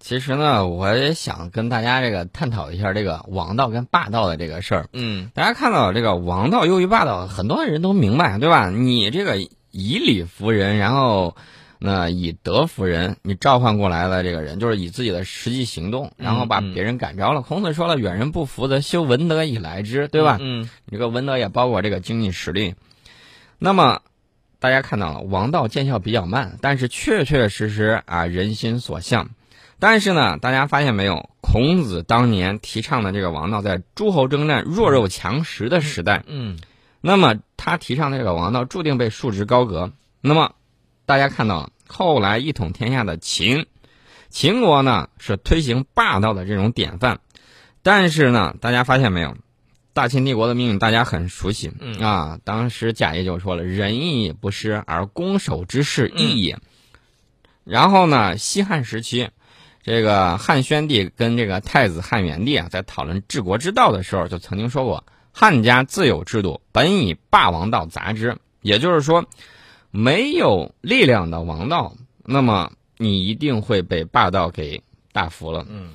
其实呢，我也想跟大家这个探讨一下这个王道跟霸道的这个事儿。嗯大家看到这个王道优于霸道，很多人都明白，对吧？你这个以理服人，然后那以德服人，你召唤过来的这个人，就是以自己的实际行动，然后把嗯嗯别人感召了。孔子说了，远人不服则修文德以来之，对吧？嗯你这个文德也包括这个经济实力。那么大家看到了，王道见效比较慢，但是确确实实啊人心所向。但是呢，大家发现没有，孔子当年提倡的这个王道，在诸侯征战、弱肉强食的时代，嗯那么他提倡的这个王道注定被束之高阁。那么大家看到了，后来一统天下的秦，秦国呢是推行霸道的这种典范，但是呢，大家发现没有，大秦帝国的命运大家很熟悉、嗯啊。当时贾谊就说了：“仁义不施，而攻守之势异也。然后呢，西汉时期。这个汉宣帝跟这个太子汉元帝啊，在讨论治国之道的时候，就曾经说过：“汉家自有制度，本以霸王道杂之。”也就是说，没有力量的王道，那么你一定会被霸道给大服了。嗯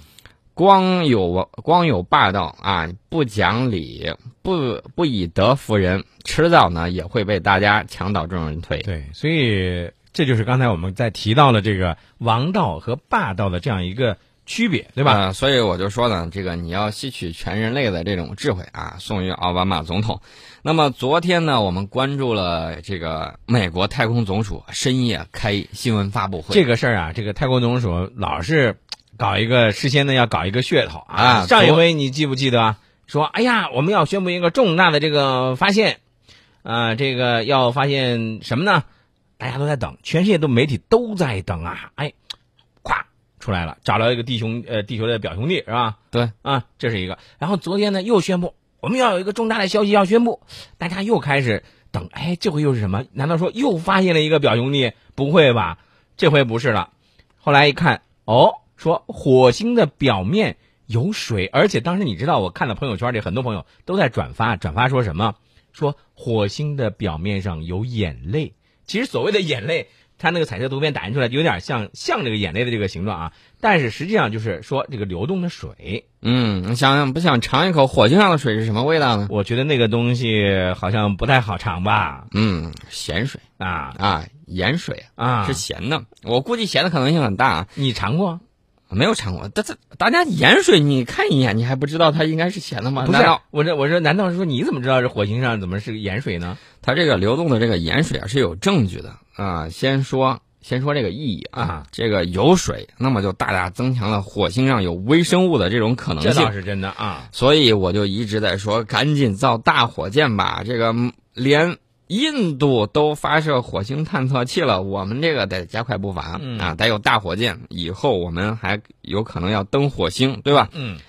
光有王光有霸道啊，不讲理，不不以德服人，迟早呢也会被大家墙倒众人推。对，所以这就是刚才我们在提到了这个王道和霸道的这样一个区别，对吧？呃所以我就说呢，这个你要吸取全人类的这种智慧啊，送于奥巴马总统。那么昨天呢，我们关注了这个美国太空总署深夜开新闻发布会，这个事儿啊，这个太空总署老是搞一个事先呢要搞一个噱头啊。啊上一昨回你记不记得啊？说哎呀，我们要宣布一个重大的这个发现，啊、这个要发现什么呢？大家都在等，全世界都媒体都在等啊！哎，咵出来了，找了一个弟兄呃地球的表兄弟是吧？对啊，这是一个。然后昨天呢又宣布我们要有一个重大的消息要宣布，大家又开始等，哎，这回又是什么？难道说又发现了一个表兄弟？不会吧，这回不是了。后来一看，哦，说火星的表面有水，而且当时你知道，我看到朋友圈里很多朋友都在转发，转发说什么？说火星的表面上有眼泪。其实所谓的眼泪，它那个彩色图片打印出来有点像像这个眼泪的这个形状啊，但是实际上就是说这个流动的水。嗯，你想想不想尝一口火星上的水是什么味道呢？我觉得那个东西好像不太好尝吧？嗯，咸水啊啊，盐水啊，是咸的，我估计咸的可能性很大啊。你尝过？没有尝过，但这大家盐水你看一眼，你还不知道它应该是咸的吗？不是啊难道，我这我说，难道是说你怎么知道这火星上怎么是盐水呢？它这个流动的这个盐水啊是有证据的啊？先说先说这个意义啊，这个有水，那么就大大增强了火星上有微生物的这种可能这性倒。是真的啊。所以我就一直在说，赶紧造大火箭吧！这个连印度都发射火星探测器了，我们这个得加快步伐、嗯啊！得有大火箭，以后我们还有可能要登火星，对吧？嗯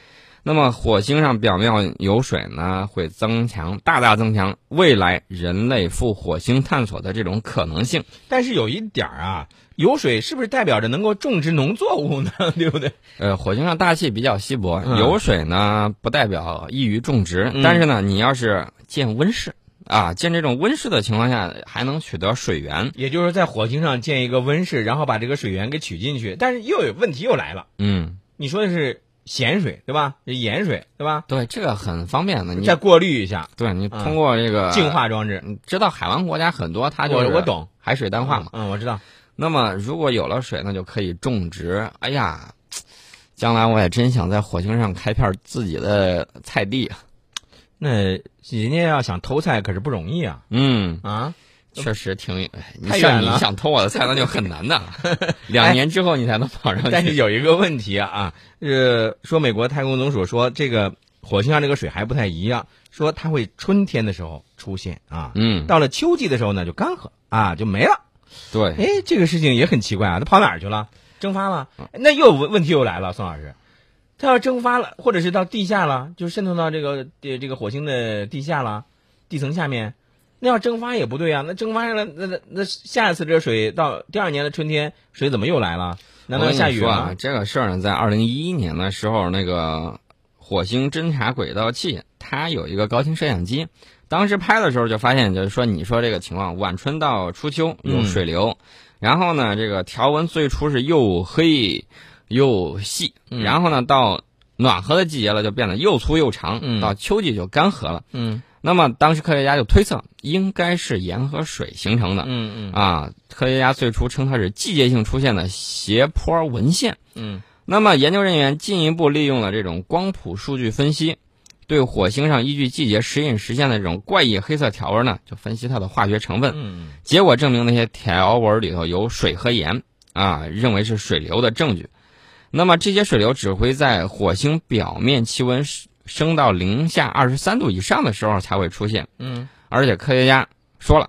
那么火星上表面有水呢，会增强，大大增强未来人类赴火星探索的这种可能性。，但是有一点儿啊，有水是不是代表着能够种植农作物呢？ 对不对？呃，火星上大气比较稀薄，嗯有水呢不代表易于种植，嗯但是呢，你要是建温室啊，建这种温室的情况下，还能取得水源。也就是说，在火星上建一个温室，然后把这个水源给取进去。但是又有问题又来了，嗯，你说的是咸水对吧？是盐水对吧？对，这个很方便的。你啊再过滤一下，对你嗯通过这个净，化装置。啊嗯知道海湾国家很多，它就是我我懂海水淡化嘛。嗯，我知道。那么如果有了水，那就可以种植。哎呀，将来我也真想在火星上开片自己的菜地。那人家要想偷菜可是不容易啊嗯，啊！确实挺，哎你太像远你了想偷我的菜，那就很难的。 两年之后你才能跑上去。哎但是有一个问题啊，呃，说美国太空总署说这个火星上这个水还不太一样，说它会春天的时候出现啊，嗯，到了秋季的时候呢就干涸啊，就没了。对，哎，这个事情也很奇怪啊，他跑哪儿去了？蒸发了？嗯那又问问题又来了，宋老师，他要蒸发了，或者是到地下了，就渗透到这个这这个火星的地下了，地层下面，那要蒸发也不对啊，那蒸发了，那那那下一次这水到第二年的春天，水怎么又来了？难道我要跟你下雨说了？啊？这个事儿呢，在二零一一年的时候，那个火星侦察轨道器它有一个高清摄像机，当时拍的时候就发现，就是说你说这个情况，晚春到初秋有嗯水流，然后呢，这个条纹最初是又黑。又细，嗯然后呢，到暖和的季节了就变得又粗又长，嗯到秋季就干涸了。嗯那么当时科学家就推测，应该是盐和水形成的。嗯嗯啊，科学家最初称它是季节性出现的斜坡文献。嗯那么，研究人员进一步利用了这种光谱数据分析，对火星上依据季节时隐时现的这种怪异黑色条纹呢，就分析它的化学成分。嗯结果证明那些条纹里头有水和盐啊，认为是水流的证据。那么这些水流只会在火星表面气温升到零下二十三度以上的时候才会出现，嗯。而且科学家说了，